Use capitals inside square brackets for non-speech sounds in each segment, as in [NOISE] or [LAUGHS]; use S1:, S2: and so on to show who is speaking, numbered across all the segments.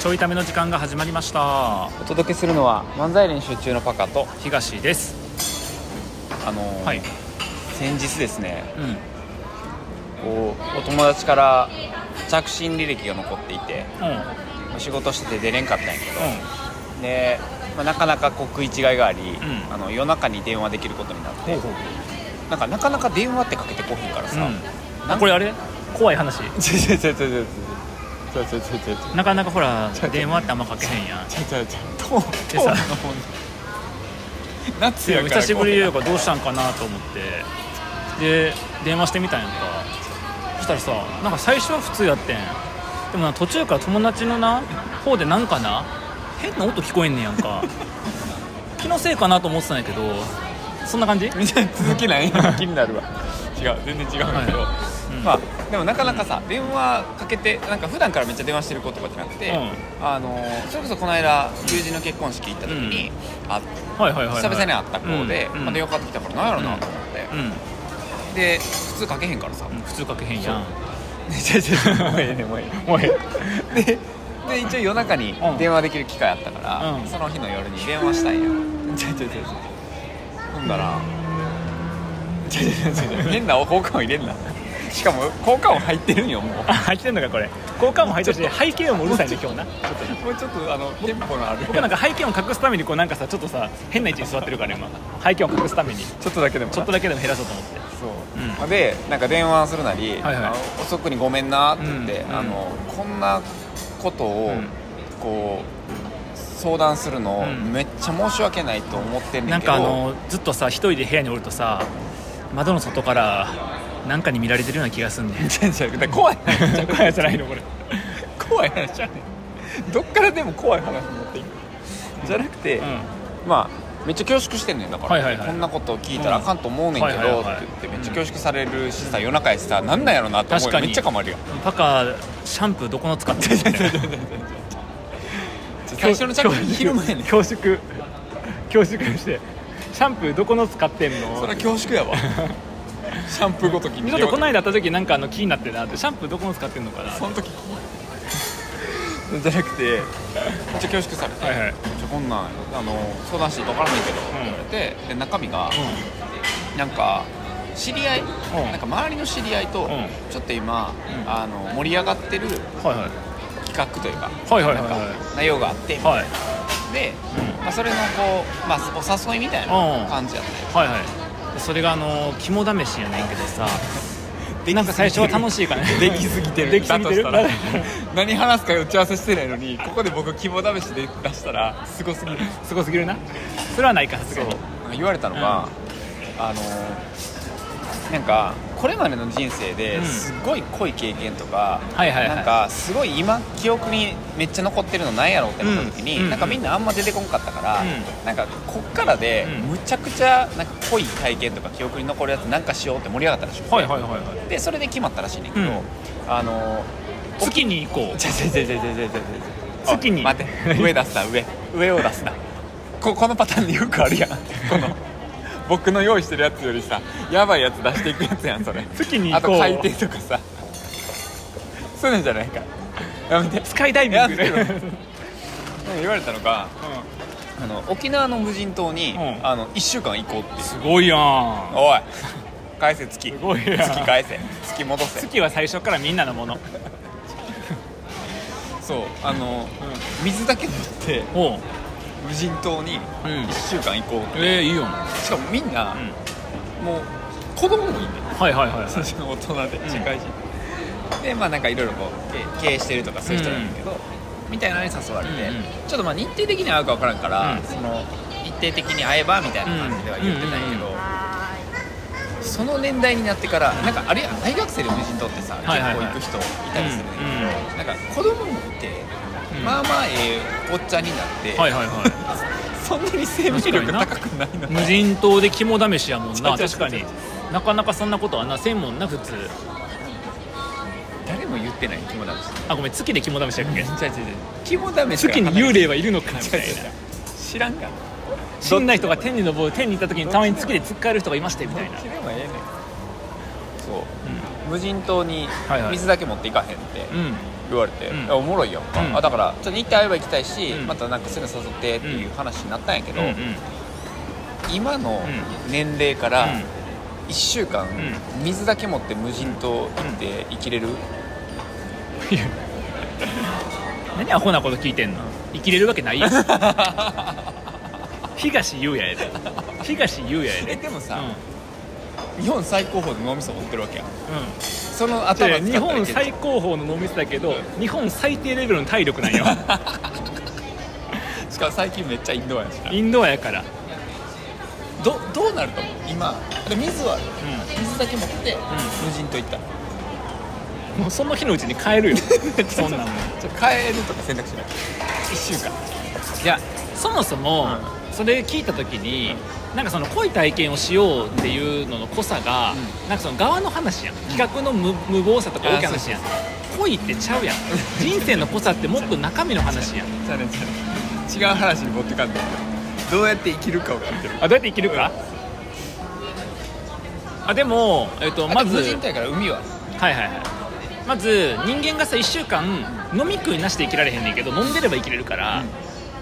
S1: ちょいための時間が始まりました
S2: お届けするのは漫才練習中のパカと
S1: 東です
S2: あのー
S1: はい
S2: 先日ですね
S1: うん
S2: こうお友達から着信履歴が残っていて
S1: うんうん
S2: 仕事してて出れんかったんやけどで、まあ、なかなかこう食い違いがあり、
S1: ん
S2: あの夜中に電話できることになって
S1: ほう
S2: なんかなかなか電話ってかけてこへんからさ、
S1: うん
S2: な
S1: あ
S2: ん
S1: これあれ怖い話
S2: ちょちょちょちょちょちょちょちょちょちょちょ
S1: なかなかほら
S2: ちょっと
S1: 電話ってあんまかけへんやん
S2: ちょちょちょ
S1: でさ
S2: 夏やから
S1: 久しぶり
S2: こ
S1: やからどうしたんかなと思ってで電話してみたんやんかそしたらさなんか最初は普通やってんでもな途中から友達のな方でなんかな変な音聞こえんねやん
S2: [LAUGHS]
S1: か気のせいかなと思ってたんやけどそんな感じ
S2: うみたいな続きない気になるわ違う全然違うんだけど、
S1: うん
S2: まあでもなかなかさ、電話かけてなんか普段からめっちゃ電話してる子とかじゃなくて、
S1: う
S2: あのーそれこそこの間友人の結婚式行った時に、あ
S1: はいはいはい、はい、
S2: 久々に会った子で、
S1: うんうん
S2: まあ、電話かかってきたからなんやろなと思って、
S1: う
S2: で普通かけへんからさ、
S1: ん、普通かけへんやん
S2: ちょちょちょもうええねもうええ
S1: おい
S2: でで一応夜中に
S1: うん
S2: 電話できる機会あったから、
S1: うん
S2: その日の夜に電話したんやちょちょちょちょほんだらちょちょちょちょ変な効果音入れんなしかも効果音入ってるんよもう
S1: あ入ってんのかこれ効果音も入ってるし背景音もうるさいね今日な
S2: [LAUGHS] もうちょっとあのテンポのある
S1: 僕なんか背景音隠すためにこうなんかさちょっとさ変な位置に座ってるから今背景音隠すために
S2: ちょっとだけでも
S1: ちょっとだけでも減らそうと思って
S2: そう、でなんか電話するなり、
S1: はいはい
S2: あの遅くにごめんなって言って、
S1: うん
S2: あのこんなことを、
S1: うん
S2: こう相談するの、
S1: うん
S2: めっちゃ申し訳ないと思ってんね
S1: なんん
S2: けど
S1: かあのずっとさ一人で部屋におるとさ窓の外からなんかに見られてるような気がす [LAUGHS] んねん
S2: 違う [LAUGHS] 違うだから怖い話
S1: 怖いやつないのこれ
S2: 怖い話じゃねどっからでも怖い話になっていくじゃなくて、
S1: う
S2: まあめっちゃ恐縮してんねんだから、
S1: はいはいはい
S2: こんなこと聞いたらあかんと思うねんけ
S1: うん
S2: ど、
S1: はいはいはい
S2: って言ってめっちゃ恐縮されるしさ夜中やしさなんなんやろなと思
S1: 確
S2: う
S1: か
S2: よ
S1: に
S2: めっちゃ困るよ
S1: んパカシャンプーどこの使ってるみたいな
S2: 最初のチャック昼前ねん
S1: 恐縮恐縮してシャンプーどこの使ってんの
S2: それは恐縮や
S1: [LAUGHS]
S2: わシャンプーごときに
S1: ちょっとこの間会った時なんかあの気になってなってシャンプーどこの使ってんのかな
S2: その時じゃなくてめっちゃ恐縮されて「
S1: はいはい
S2: ちょこんなんあの相談していいか分からないけど」って言われて、で中身が、なんか知り合い、
S1: ん
S2: なんか周りの知り合いと、
S1: ん
S2: ちょっと今、
S1: うん
S2: あの盛り上がってる
S1: はいはい
S2: 企画というか,、
S1: はいはいはい
S2: なん
S1: はい
S2: か内容があって、
S1: はい
S2: で、まあ、それのこう、まあ、お誘いみたい
S1: うん
S2: な感じやって、
S1: はいはいでそれがあの肝試しやねんけどさなんか最初は楽しいからね
S2: できすぎてる
S1: できすぎてる
S2: だと
S1: だ
S2: したら何話すか打ち合わせしてないのにここで僕肝試しで出したらすごすぎる
S1: すごすぎるなそれはないかさすがに
S2: なんか言われたのが、あのーなんかこれまでの人生で
S1: うん
S2: すごい濃い経験とか、
S1: はいはいはい
S2: なんかすごい今記憶にめっちゃ残ってるのなんやろうってなった時に、
S1: うん
S2: なんかみんなあんま出てこんかったから、
S1: う
S2: なんかこっからで
S1: うん
S2: むちゃくちゃなんか濃い体験とか記憶に残るやつなんかしようって盛り上がったらしくて、
S1: はいはいはいはい
S2: でそれで決まったらしいねんけど、
S1: うん
S2: あのー
S1: 月に行こう
S2: ちょちょちょちょちょちょちょちょ
S1: 月に
S2: あ待って上出すな上上を出すなここのパターンでよくあるやんこの僕の用意してるやつよりさやばいやつ出していくやつやんそれ
S1: 月に
S2: あ
S1: 行ことう
S2: 海底とかさそういうのじゃないかやめて
S1: スカイダイビング
S2: やめて言われたのがあの沖縄の無人島に、
S1: うん
S2: あの1週間行こうっていう
S1: すごいやん
S2: おい返せ月
S1: すごいやん
S2: 月返せ月戻せ
S1: 月は最初からみんなのもの
S2: そうあの、水だけ取って
S1: おう
S2: 無人島に
S1: うん
S2: 1週間行こうって
S1: ええいいよ
S2: しかもみんな、もう子供もいいね
S1: はいはいはい
S2: 最初の大人で社会人、でまあなんかいろいろこう経経営してるとかそういう人なんだけど、みたいなのに誘われて、
S1: うんうん
S2: ちょっとまあ日程的には合うか分からんから、
S1: うん
S2: その日程的に会えばみたいな感じでは言ってないけど、
S1: うんうんうん
S2: その年代になってからなんかあれやん大学生で無人島ってさ、
S1: はいはいはい
S2: 結構行く人いたりするんだけど、
S1: う
S2: なんか子供もいて、
S1: うん
S2: まあまあええおっちゃんになって、
S1: はいはいはい
S2: そんなに生命力高くないのに
S1: [LAUGHS] 無人島で肝試しやもんな
S2: ちょち
S1: 確か
S2: ょ
S1: になかなかそんなことはなせんもんな普通
S2: 誰も言ってない肝試し
S1: あごめん月で肝試しやっけ
S2: 違う違う違う肝試しが
S1: 月に幽霊はいるのかなみたい [LAUGHS] な
S2: 違う違う違う知らんから
S1: 死んだ人が天に昇る天に行った時にたまに月で突っかえる人がいましてみたいな
S2: どっちでもええねんそう、無人島に
S1: はいはい
S2: 水だけ持っていかへんって
S1: うん
S2: 言われて、
S1: うん
S2: いやおもろいやんか、
S1: うん
S2: あだからちょっと行って会えば行きたいし、
S1: うん
S2: またなんかそういうの誘ってっていう話になったんやけど、
S1: うんうんうん
S2: 今の
S1: う
S2: 年齢から1週間、
S1: う
S2: 水だけ持って無人島行って生きれる、
S1: いや何アホなこと聞いてんの生きれるわけない [LAUGHS] やん東優也やで東優也や [LAUGHS]
S2: え
S1: で
S2: でも
S1: う
S2: さ、
S1: んうん
S2: 日本最高峰の脳みそ持ってるわけやんその頭
S1: いや
S2: 使ったら
S1: 日本
S2: いける
S1: 最高峰の脳みそだけど
S2: う
S1: 日本最低レベルの体力なんよ
S2: しかも最近めっちゃインドアやし
S1: [LAUGHS]
S2: な
S1: インドアやから
S2: どどうなると思う今で水はある
S1: う
S2: 水だけ持って、無人島行った
S1: んもうその日のうちに帰るよ [LAUGHS] そんなもん
S2: じゃあ帰るとか選択しない1週間
S1: いやそもそも、それ聞いた時に、なんかその濃い体験をしようっていうのの濃さが、
S2: う
S1: なんかその側の話やん企画の無無謀さとか大きい話やん濃いってちゃうや [LAUGHS] ん人生の濃さってもっと中身の話やん
S2: じゃあねじゃあね違う話に持ってかんでどうやって生きるかをやってる
S1: あどうやって生きるか、あでも、えっと、ま
S2: まず
S1: ず
S2: 無人島やから海は
S1: はいはいはいまず人間がさ1週間飲み食いなしで生きられへんねんけど飲んでれば生きれるから、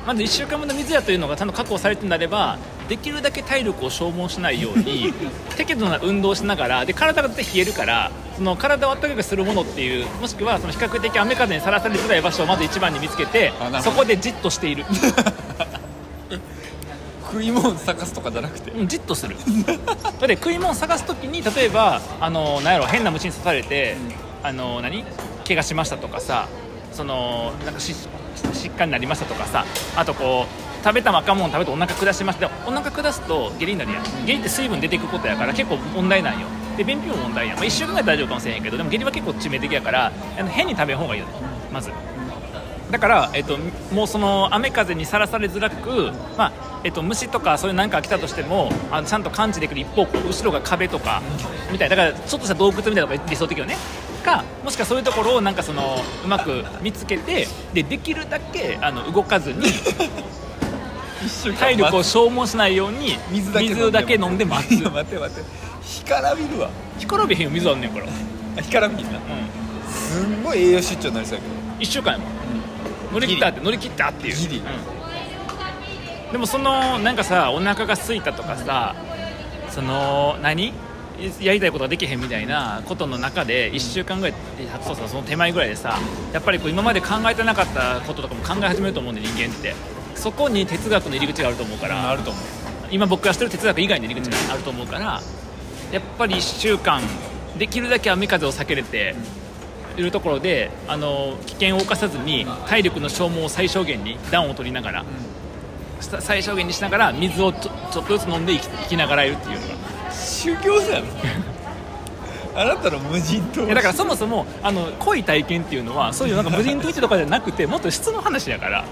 S1: まず1週間分の水やというのがちゃんと確保されてなればできるだけ体力を消耗しないよう
S2: [LAUGHS]
S1: に適度な運動をしながらで体が絶対冷えるからその体を温かくするものっていうもしくはその比較的雨風にさらされづらい場所をまず一番に見つけて
S2: あなるほど
S1: そこでじっとしている
S2: 食い物探すとかじゃなくて
S1: うんじっとするだって食い物探す時に例えばあのなんやろ変な虫に刺されて、あの何怪我しましたとかさそのなんかし疾患になりましたとかさあとこう食べた若者食べてお腹下しましたでお腹下すと下痢になるやん下痢って水分出ていくことやから結構問題なんよで便秘も問題やん、まあ、1週間ぐらい大丈夫かもしれへんけどでも下痢は結構致命的やからあの変に食べん方がいいよねまず。だから、えっと、もうその雨風にさらされづらく、まあえっと、虫とかそういう何かが来たとしてもあのちゃんと感知できる一方こう後ろが壁とかみたいなだからちょっとした洞窟みたいなのが理想的よねかもしくはそういうところをなんかそのうまく見つけてでできるだけあの動かずに
S2: 1週間
S1: 体力を
S2: 待つ
S1: 消耗しないように
S2: 水だけ
S1: 水だけ飲んで待
S2: い
S1: つ
S2: や [LAUGHS] 待て待て干からびるわ
S1: 干からびへんよ水あんねんから、う、
S2: あ干からびるなんすんごい栄養出張になりそうやけど
S1: 1週間やもん乗り切ったって乗り切ったっていう
S2: ギリ
S1: うんでもそのなんかさお腹が空いたとかさその何やりたいことができへんみたいなことの中で1週間ぐらいそうそうその手前ぐらいでさやっぱりこう今まで考えてなかったこととかも考え始めると思うんで人間ってそこに哲学の入り口があると思うから、
S2: ると思う
S1: 今僕がしてる哲学以外の入り口があると思うから、やっぱり1週間できるだけ雨風を避けれているところであの危険を冒さずに体力の消耗を最小限に暖を取りながら、さ最小限にしながら水をちょちょっとずつ飲んで生き生きながらいるっていうのが
S2: 修行者や
S1: [LAUGHS]
S2: ろあなたの無人島
S1: いやだからそもそもあの濃い体験っていうのはそういうなんか無人島行ってとかじゃなくてもっと質の話やから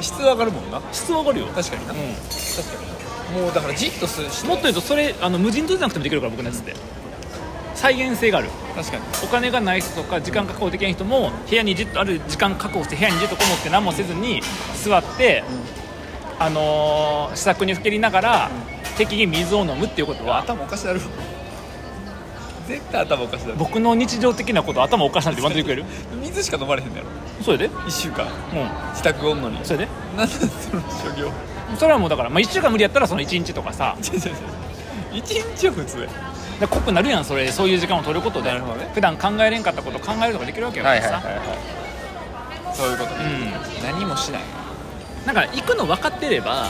S2: 質上がるもんな
S1: 質を上がるよ、
S2: 確かにな
S1: う
S2: 確かになもうだからじっとするし
S1: ん、もっと言うとそれあの無人島じゃなくてもできるから僕のやつって再現性がある
S2: 確かに
S1: お金がない人とか時間確保できない人も部屋にじっとある時間確保して部屋にじっとこもって何もせずに座って、あのー、試作にふけりながら、適宜水を飲むっていうことは
S2: 頭おかしなるわ絶対頭おかしなる
S1: 僕の日常的なこと頭おかしなって言わんといてくれる
S2: 水しか飲まれへんだろ
S1: それでう
S2: 1週間
S1: ん
S2: 自宅おんのに
S1: それで
S2: 何なんその所業
S1: それはもうだから、まあ、1週間無理やったらその1日とかさ
S2: 違う違う違う一日は普通や
S1: で濃くなるやんそれそういう時間を取ることで
S2: なるほどね
S1: 普段考えれんかったことを考えるとかできるわけやからさ、
S2: はいそういうことね何もしない
S1: うんなんか行くの分かってれば、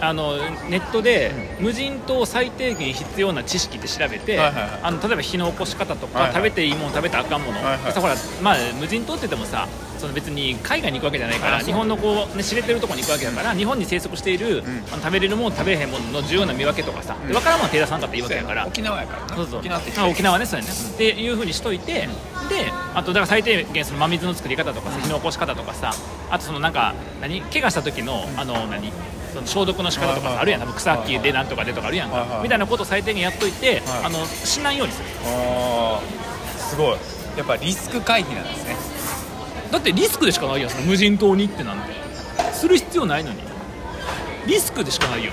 S1: あのネットで無人島最低限必要な知識って調べて、
S2: はいはいはい
S1: あの例えば火の起こし方とか、
S2: はいはい
S1: 食べていいもの食べたらあかんもの、
S2: はいはい
S1: さほら、まあ、無人島って言ってもさその別に海外に行くわけじゃないから
S2: あそう
S1: 日本のこう、ね、知れてるところに行くわけだから、日本に生息している、あの食べれるもの食べれへんものの重要な見分けとかさ、で分からんものは手出さんかっていいわけだから。
S2: 沖縄やからな
S1: そうそう
S2: 沖縄って
S1: あ沖縄ねそうやね、っていうふうにしといて、であとだから最低限その真水の作り方とかさ火の起こし方とかさあとそのなんか何怪我した時のあの何その消毒の仕方とか
S2: はいはい
S1: さあるやん多分草木でなんとかでとかあるやん
S2: はいは
S1: か
S2: い
S1: みたいなことを最低限やっといて、
S2: はい
S1: あのしないようにする
S2: あーすごいやっぱリスク回避なんですね
S1: だってリスクでしかないやんその無人島に行ってなんてする必要ないのにリスクでしかないよ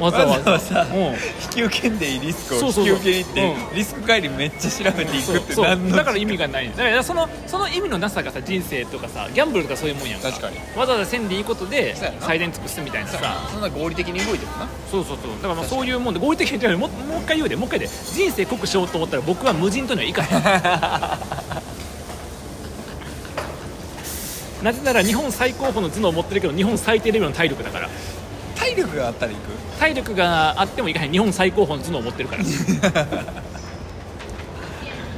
S1: わざわざ
S2: わざわざ
S1: うん
S2: 引き受けんでいいリスクを
S1: そう
S2: 引
S1: そうそう
S2: き受けに行って
S1: う
S2: リスク管理めっちゃ調べてい
S1: そ
S2: く
S1: う
S2: って
S1: そ
S2: 何
S1: う
S2: の
S1: だから意味がないんだからそのその意味のなさがさ人生とかさギャンブルとかそういうもんやんか
S2: 確かに
S1: わざわざせんでいいことで
S2: そうやな
S1: 最善尽くすみたいなさ
S2: そんな合理的に動いてもな
S1: そうそうそうだからまあそういうもんで合理的に言うよりももう一回言うでもう一回で人生濃くしようと思ったら僕は無人島には行か
S2: [LAUGHS]
S1: へんなぜなら日本最高峰の頭脳を持ってるけど日本最低レベルの体力だから
S2: 体力があったら行く
S1: 体力があってもいかへん日本最高峰の頭脳を持ってるから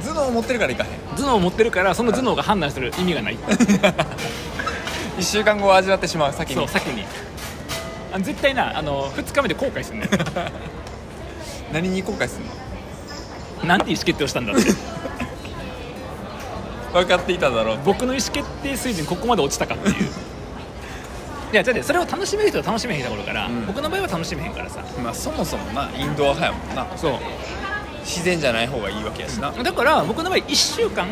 S2: 頭脳を持ってるから行かへん
S1: 頭脳を持ってるからその頭脳が判断する意味がない
S2: 1週間後を味わってしまう先
S1: そう
S2: に
S1: 先にあ絶対なあの2日目で後悔するんだ [LAUGHS] よ
S2: 何に後悔するの
S1: なんて意思決定をしたんだって
S2: 分かっていただろう
S1: 僕の意思決定水準ここまで落ちたかっていういやだってそれを楽しめる人は楽しめへんだろうから、
S2: うん
S1: 僕の場合は楽しめへんからさ
S2: まあそもそもなインドア派やもんな
S1: そう
S2: 自然じゃない方がいいわけやしな、
S1: だから僕の場合1週間、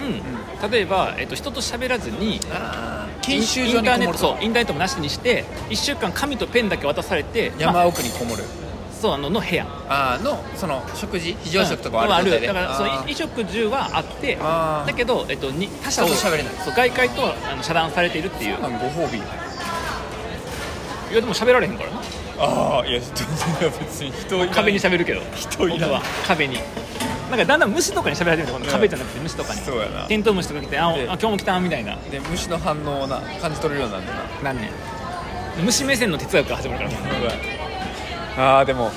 S1: 例えば、えっと、人と喋らずに
S2: あー研修所
S1: イン
S2: に
S1: ター
S2: こ
S1: ネ
S2: も
S1: ッ
S2: る
S1: トそうインターネットもなしにして1週間紙とペンだけ渡されてま
S2: 山
S1: あ
S2: 奥にこもる、
S1: そうあのの部屋
S2: あーのその食事非常食とかはある
S1: うんまあ
S2: 状態で、
S1: だからその
S2: あー
S1: 衣食住はあって
S2: あー
S1: だけど、えっと、に他者と
S2: 人と喋れない
S1: そう外界とはあの遮断されているっていう
S2: なんご褒美
S1: いやでも喋られへんからな
S2: ああいや人いや別に人いらん
S1: 壁に喋るけど
S2: 人いら
S1: 本
S2: ん
S1: 当は壁になんかだんだん虫とかに喋られてるんだよ今度
S2: うん
S1: 壁じゃなくて虫とかに
S2: そうやな
S1: テントウムシとか来て「あおあ
S2: で
S1: 今日も来た」みたいな
S2: で虫の反応をな感じ取れるようになるんだな
S1: 何年虫目線の哲学が始まるから
S2: ああでも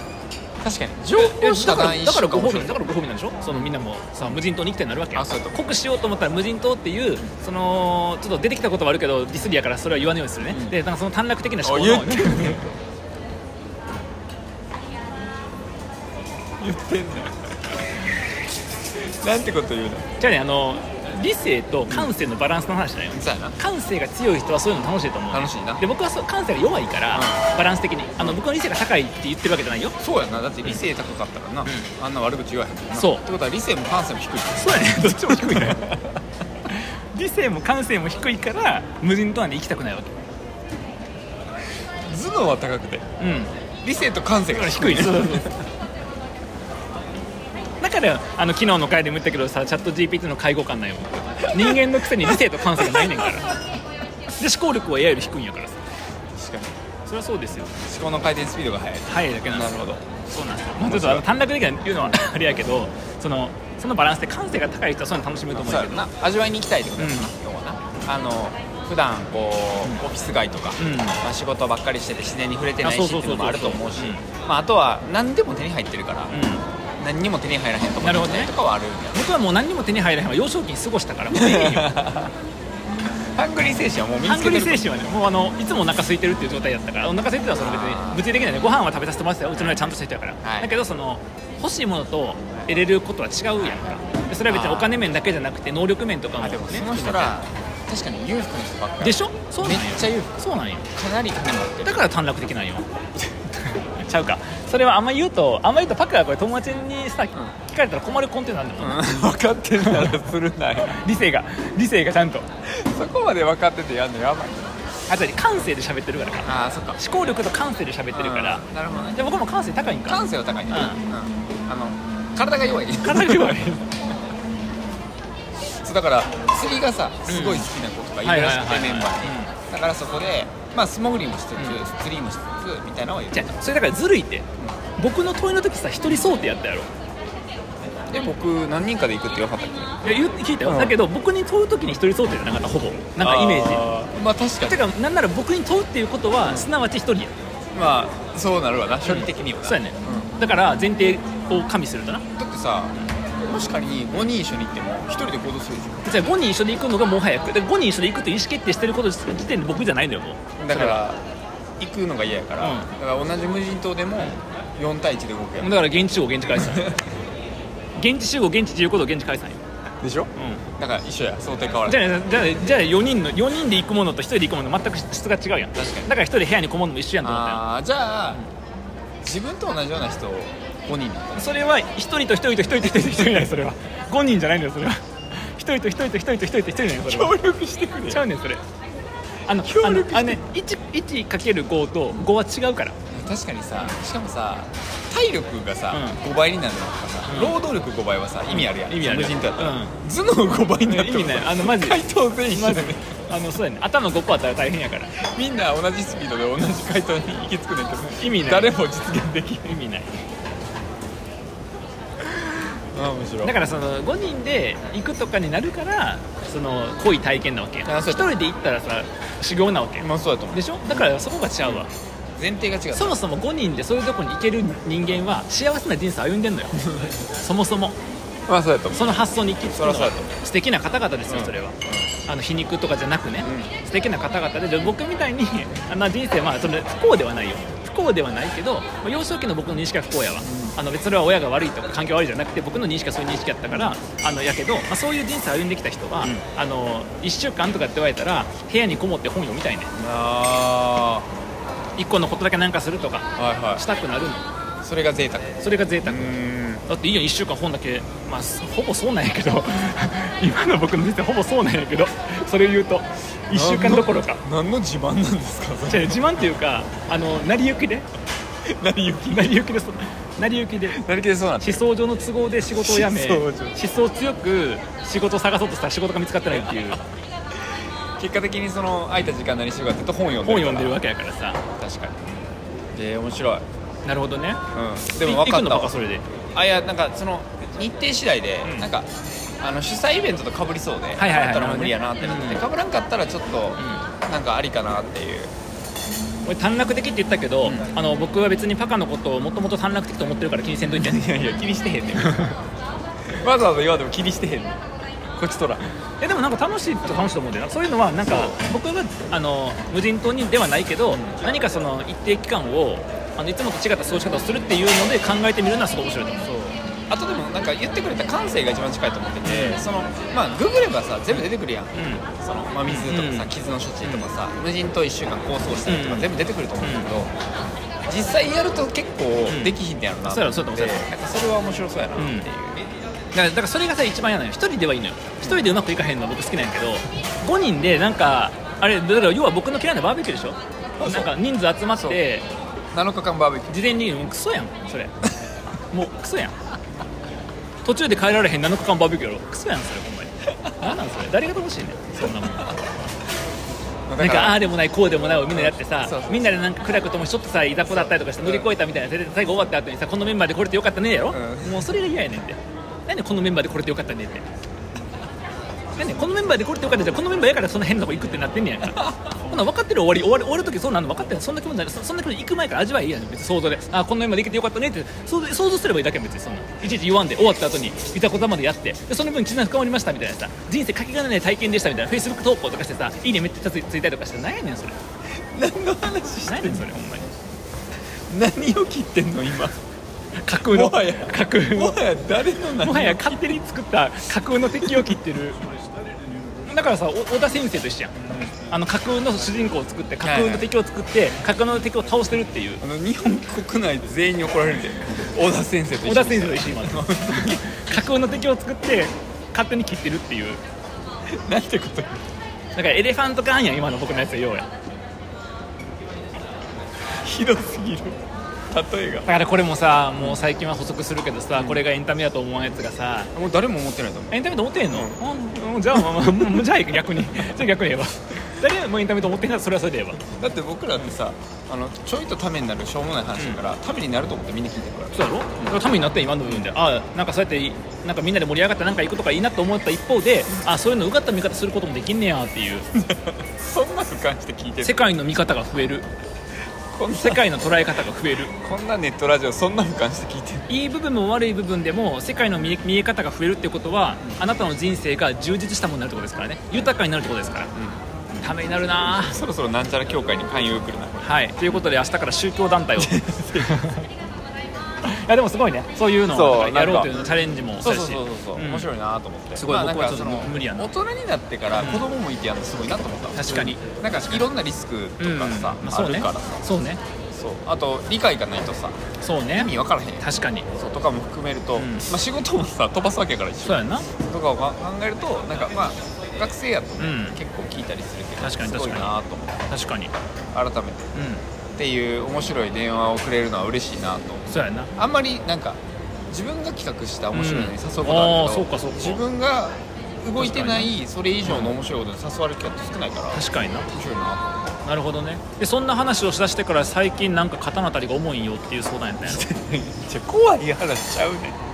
S2: 確かに情報し
S1: だ
S2: か
S1: から
S2: ない
S1: だからご褒美
S2: だ
S1: だからご褒美なんでしょそのみんなもさ無人島に行きたいになるわけ
S2: あそうやと
S1: 濃くしようと思ったら無人島っていうそのちょっと出てきたことはあるけどディスリアからそれは言わないようにするね、
S2: ん
S1: でなんかその短絡的な思考
S2: あ言
S1: の
S2: ってる [LAUGHS] 言ってんのよなんてこと言うの
S1: じゃあねあの理性と感性のバランスの話だよ、
S2: そうやな
S1: 感性が強い人はそういうの楽しいと思う
S2: 楽しいな
S1: で僕はそう感性が弱いから、
S2: う
S1: バランス的にあの僕の理性が高いって言ってるわけじゃないよ
S2: そうやなだって理性高かったからな、あんな悪口言わへんもんな
S1: そう
S2: ってことは理性も感性も低い
S1: そうやね [LAUGHS] どっちも低いね理性も感性も低いから無人島なんで行きたくないわけ
S2: 頭脳は高くて
S1: うん
S2: 理性と感性
S1: だ
S2: が
S1: から
S2: 低
S1: 低
S2: い
S1: いねだからあの昨日の回でも言ったけどさチャット GPT の介護官なんよ人間のくせに理性と感性がないねんからで思考力は AI より低いんやからさ
S2: 確かに
S1: それはそうですよ
S2: 思考の回転スピードが速い
S1: 早いだけなんですよ
S2: なるほど
S1: そうなんですよ、まあ、ちょっとあの短絡的な言うのはあれやけどそのそのバランスで感性が高い人はそういうの楽しめると思う
S2: そう
S1: け
S2: や
S1: ど
S2: な味わいに行きたいってことやな、
S1: うん
S2: 要はなあの普段こう、オフィス街とか、
S1: うん
S2: まあ、仕事ばっかりしてて自然に触れてない
S1: あ
S2: し
S1: そう
S2: って
S1: そうそうそう
S2: いうのもあると思うし
S1: う
S2: まああとは何でも手に入ってるから、
S1: うん
S2: 何にも手に入らへんとこ
S1: なるほどね
S2: とかはあるんや
S1: 僕はもう何にも手に入らへんわ幼少期に過ごしたからもういいよ
S2: ハングリー精神はもう身に
S1: ハ
S2: つ
S1: ン
S2: け
S1: グ
S2: て
S1: リ
S2: る
S1: ー精神はねもうあのいつもお腹空いてるっていう状態だったからお腹空いてたらその別に
S2: あー
S1: 物理的なねご飯は食べさせてもらってたようちの親ちゃんとした人やから、
S2: はい
S1: だけどその欲しいものと得れることは違うやんかでそれは別にお金面だけじゃなくて能力面とかも
S2: あ
S1: ね
S2: でもその人ら確かに裕福な人ばっかり
S1: でしょそうなんよ
S2: めっちゃ裕
S1: そうなんよ
S2: 福かなり金持ってる
S1: だから短絡的なんよ [LAUGHS] ちゃうかそれはあんま言うとあんま言うとパクがこれ友達にさ、聞かれたら困るコンテンツなんだもん、
S2: [LAUGHS] 分かってるならするなよ
S1: 理性が理性がちゃんと
S2: [LAUGHS] そこまで分かっててやんのやばい
S1: あとね感性で喋ってるからか
S2: ああそっか
S1: 思考力と感性で喋ってるから
S2: なるほどね
S1: じゃあ僕も感性高いんか
S2: 感性は高いね、
S1: うん
S2: あの体が弱い
S1: 体が弱い
S2: [LAUGHS] そうだから釣りがさすごい好きな子とかいるらしく
S1: は
S2: て
S1: いはいはいはい
S2: メンバーにだからそこでまあ素潜りもしつつ、釣りもしつつみたいなのを言っ
S1: じ
S2: て
S1: ゃあそれだからずるいって僕の問いの時さ一人想定やったやろ
S2: で僕何人かで行くって言わなかったっ
S1: い
S2: け
S1: や言って聞いたよ、
S2: うん
S1: だけど僕に問う時に一人想定じゃなかったほぼなんかイメージ
S2: ジまあ確か
S1: て
S2: に
S1: かなんなら僕に問うっていうことはすなわち一人や
S2: まあそうなるわな処理的にはな
S1: そうやね、だから前提を加味するとな
S2: だってさもし仮に5人一緒に行っても1人で行動するでしょ
S1: じゃあ5人一緒で行くのがもはやだから5人一緒で行くという意思決定してること時点で僕じゃないのよもう
S2: だから行くのが嫌やから、
S1: うん
S2: だから同じ無人島でも4対1で動くや
S1: も
S2: ん
S1: うだから現地集合現地解散現地集合現地自由行動現地解散よ、
S2: でしょ
S1: う
S2: だから一緒や想定変わら
S1: ん、
S2: な
S1: じ
S2: い
S1: ゃあじゃあじゃあ4人の四人で行くものと1人で行くもの全く質が違うやん
S2: 確かに
S1: だから1人で部屋にこもるのも一緒やんと思ったよ
S2: あーじゃあ自分と同じような人を5人だった
S1: それは1人と1人と1人と1人と1人だよそれは5人じゃないんだよそれは1人と1人と1人と1人と1人だよそれは
S2: 力してくれ
S1: ちゃうねんそれあの
S2: 協
S1: あの
S2: 力して
S1: あのね 1×5 と5は違うから
S2: 確かにさしかもさ体力がさ、5倍になるのとかさ、
S1: うん
S2: 労働力5倍はさ意味あるやん、
S1: 意味ある
S2: 無人島だったら、
S1: うん
S2: 頭脳5倍になっても
S1: 意味ないあのマジ
S2: 回答全員一緒
S1: マ
S2: だ
S1: ジ
S2: ね
S1: あのそうやね頭5個あったら大変やから
S2: みんな同じスピードで同じ回答に行き着くねんけど
S1: 意味ない
S2: [LAUGHS] 誰も実現でき
S1: 意味ない
S2: ないあ面白
S1: だからその5人で行くとかになるからその濃い体験なわけ
S2: あ
S1: 一
S2: そうや
S1: 人で行ったらさ修行なわけ
S2: まあそうだと思う
S1: でしょだからそこが違うわ
S2: 前提が違う
S1: そもそも5人でそういうとこに行ける人間は幸せな人生歩んでん [LAUGHS] のよそもそも
S2: まあそうだと思
S1: その発想に行き着くの
S2: そりゃそう
S1: が
S2: やと思
S1: 素敵な方々ですよ
S2: うん
S1: それは、あの皮肉とかじゃなくね、
S2: う
S1: 素敵な方々でで僕みたいにあんな人生まあそれ不幸ではないよ不幸ではないけどまあ幼少期の僕の認識は不幸やわ、あの別にそれは親が悪いとか環境悪いじゃなくて僕の認識はそういう認識やったからあのやけど、まあ、そういう人生歩んできた人は、
S2: ん
S1: あの1週間とかって言われたら部屋にこもって本読みたいね
S2: あ
S1: 1個のことだけなんかすると
S2: あ
S1: か
S2: はいは
S1: したくなるの
S2: いそれが贅沢
S1: それが贅沢、
S2: ん
S1: だっていいやん1週間本だけまあほぼそうなんやけど [LAUGHS] 今の僕の人生ほぼそうなんやけどそれを言うと1週間どころか
S2: 何の自慢なんですか [LAUGHS]
S1: じゃあ自慢っていうかあの成り行きで
S2: 成り行き
S1: 成り行きでそう成り行きで
S2: 成り行きでそうなんだ
S1: 思想上の都合で仕事を辞め
S2: 思
S1: 思
S2: 想上
S1: 想強く仕事を探そうとしたら仕事が見つかってないっていう
S2: 結果的にその空いた時間何してるかっていうと本読んで
S1: 本
S2: る
S1: 読んでる
S2: わ
S1: わけやからさ
S2: 確かにで面白い、
S1: なるほどね
S2: うん、でも分か
S1: い行く
S2: っ
S1: の
S2: た
S1: バカ
S2: わ
S1: それで
S2: あいやなんかその日程次第で、
S1: うん
S2: なんかあの主催イベントとかぶりそうで、
S1: はいはいはい
S2: だったらもう無理やなってなって
S1: うん
S2: かぶ、被らんかったらちょっと、なんかありかなっていう
S1: 俺短絡的って言ったけど、
S2: うん
S1: あの僕は別にパカのことをもともと短絡的と思ってるから気にせんとい
S2: [LAUGHS]
S1: ていやいや気にしてへんねん
S2: わざわざ今でも気にしてへんのこっちとら
S1: [LAUGHS] えでもなんか楽しいと楽しいと思うんだよなそういうのはなんか僕があの無人島にではないけど、何かその一定期間をあのいつもと違った過ごし方をするっていうので考えてみるのはすごい面白いと思う
S2: あとでもなんか言ってくれた感性が一番近いと思っててそのまあググればさ全部出てくるやんそのまあ水とかさ
S1: うん
S2: 傷の処置とかさ無人島1週間構想したりとか
S1: うん
S2: 全部出てくると思うんだけど実際やると結構
S1: ん
S2: できひんねやろな
S1: そうやろ
S2: と思って
S1: そうやろそうや
S2: なんかそれは面白そうやなってい
S1: う
S2: う
S1: んうん、だからだからそれがさ一番嫌なのよ一人ではいいのよ一人でうまくいかへんの僕好きなんやけど5人でなんかあれだから要は僕の嫌いなバーベキューでし
S2: そ
S1: ょ
S2: う
S1: なんか人数集まって
S2: 7日間バーベキュー
S1: 事前にもうクソやんそれもうクソやん途中で帰られへん7日間バーベキューやろクソやんそれほんまに何なんそれ誰が楽しいねんそんなもんなん
S2: だ
S1: かあ
S2: ら
S1: あでもないこうでもないをみんなやってさ
S2: そうそうそう
S1: みんなでなんか苦楽ともちょっとさいざこだったりとかして乗り越えたみたいなそれで最後終わった後にさこのメンバーで来れてよかったねやろ、
S2: うん
S1: もうそれが嫌やねんってなんでこのメンバーで来れてよかったねってなんでこのメンバーで来れてよかったじゃんこのメンバーやからそんな変なとこ行くってなってんねやんかほな分かってる終わり終わる終わる時そうなんの分かってるそんな気分じゃないそそんな気分行く前から味わいいやん別に想像であこのメンバーで行けてよかったねって想像想像すればいいだけやん別にそんないちいち言わんで終わった後にいたことまでやってでその分絆深まりましたみたいなさ人生かけがえのない体験でしたみたいな Facebook 投稿とかしてさいいねめっちゃついついたりとかしてなんやねんそれ
S2: [LAUGHS] 何の話して
S1: 何やねんそれほんまに
S2: 何を切ってんの今
S1: 架空の
S2: もはや
S1: 架空の
S2: もはや誰の
S1: [LAUGHS]
S2: 何
S1: もはや勝手に作った架空の敵を切ってるだからさお小田先生と一緒やんあの架空の主人公を作って架空の敵を作って架空の敵を倒してるっていう
S2: あの日本国内全員に怒られるんで小田先生と
S1: 小
S2: 一緒に
S1: 田先生と一緒今 [LAUGHS] 架空の敵を作って勝手に切ってるっていう
S2: なんてこと
S1: だからエレファントカーンやん今の僕のやつはようや
S2: ひどすぎる例え
S1: だからこれもさもう最近は補足するけどさこれがエンタメだと思わんやつがさ
S2: がもう誰も思ってないと思う
S1: エンタメと思ってへんの、あうんじゃあ、まあまあ、もうじゃあ逆にじゃあ逆 [LAUGHS] に言えば誰がもうエンタメと思ってんならそれはそれで言えば
S2: だって僕らってさあのちょいとためになるしょうもない話だから、ためになると思ってみんな聞いてるから
S1: そうだろ、だからためになって今の部分でああなんかそうやってなんかみんなで盛り上がってなんか行くとかいいなと思った一方であそういうのうがった見方することもできんねやっていう
S2: そんな俯瞰して聞いて
S1: 世
S2: る
S1: 界の見方が増える
S2: こんな
S1: 世界の捉え方が増える
S2: こんなネットラジオそんな俯瞰して聞いてる
S1: いい部分も悪い部分でも世界の見え見え方が増えるってことは、あなたの人生が充実したものになるってことですからね豊かになるってことですから、ためになるなぁ
S2: そろそろなんちゃら協会に勧誘来るな
S1: はいということで明日から宗教団体を [LAUGHS] いやでもすごいねそういうの
S2: そう
S1: をなんかやろ
S2: な
S1: う
S2: んか
S1: というのチャレンジも
S2: そう
S1: だ
S2: そう
S1: し
S2: そうそう、
S1: ん
S2: 面白いなと思って
S1: すごい
S2: まあなんか
S1: 僕はちょっと
S2: その
S1: 無理やな
S2: 大人になってから子供もいてやるのすごいなと思ったわ
S1: 確かに
S2: なんかいろんなリスクと
S1: うん
S2: かさ、
S1: まあ
S2: あ
S1: そう
S2: る
S1: ね
S2: からさ
S1: そうね
S2: そうあと理解がないとさ
S1: そうね
S2: 意味分からへんやん
S1: 確かに
S2: そうとかも含めると、
S1: ん
S2: まあ、仕事もさ飛ばすわけやから一緒
S1: そうやな
S2: とかを考えるとなんかまあ学生やとね、
S1: うん
S2: 結構聞いたりするけど
S1: 確かに
S2: すごい
S1: 確かに
S2: なと思っ
S1: 確
S2: て
S1: かにうん
S2: 改めてっていう面白い電話をくれるのは嬉しいなと
S1: そうやな
S2: あんまりなんか自分が企画した面白いのに誘うこと
S1: うん
S2: あ
S1: あー
S2: るけ
S1: そう
S2: ど、
S1: かそうか
S2: 自分が動いてな
S1: 確
S2: いそれ以上の面白いことに誘われる機会って少ないから面
S1: 確かにな
S2: 白いな
S1: なるほどねでそんな話をしだ [LAUGHS] してから最近なんか肩のあたりが重いんよっていう相談やったんやろ
S2: と怖い話ちゃうねん